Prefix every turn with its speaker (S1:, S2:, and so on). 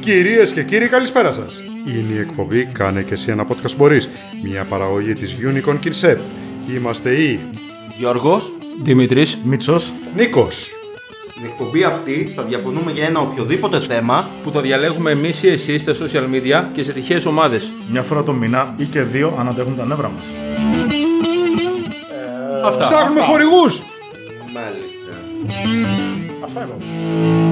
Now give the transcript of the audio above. S1: Κυρίες και κύριοι καλησπέρα σας. Είναι η εκπομπή «Κάνε και εσύ ένα podcast μπορείς», μια παραγωγή της Unicorn Kinsep. Είμαστε οι
S2: Γιώργος,
S3: Δημήτρης,
S4: Μίτσος,
S1: Νίκος,
S2: στην εκπομπή αυτή θα διαφωνούμε για ένα οποιοδήποτε θέμα.
S3: που θα διαλέγουμε εμείς ή εσείς στα social media και σε τυχαίες ομάδες.
S4: μια φορά το μήνα ή και δύο αν αντέχουν τα νεύρα μας.
S3: Αυτά.
S1: ψάχνουμε χορηγούς.
S2: Μάλιστα.
S4: Αυτά είπαμε.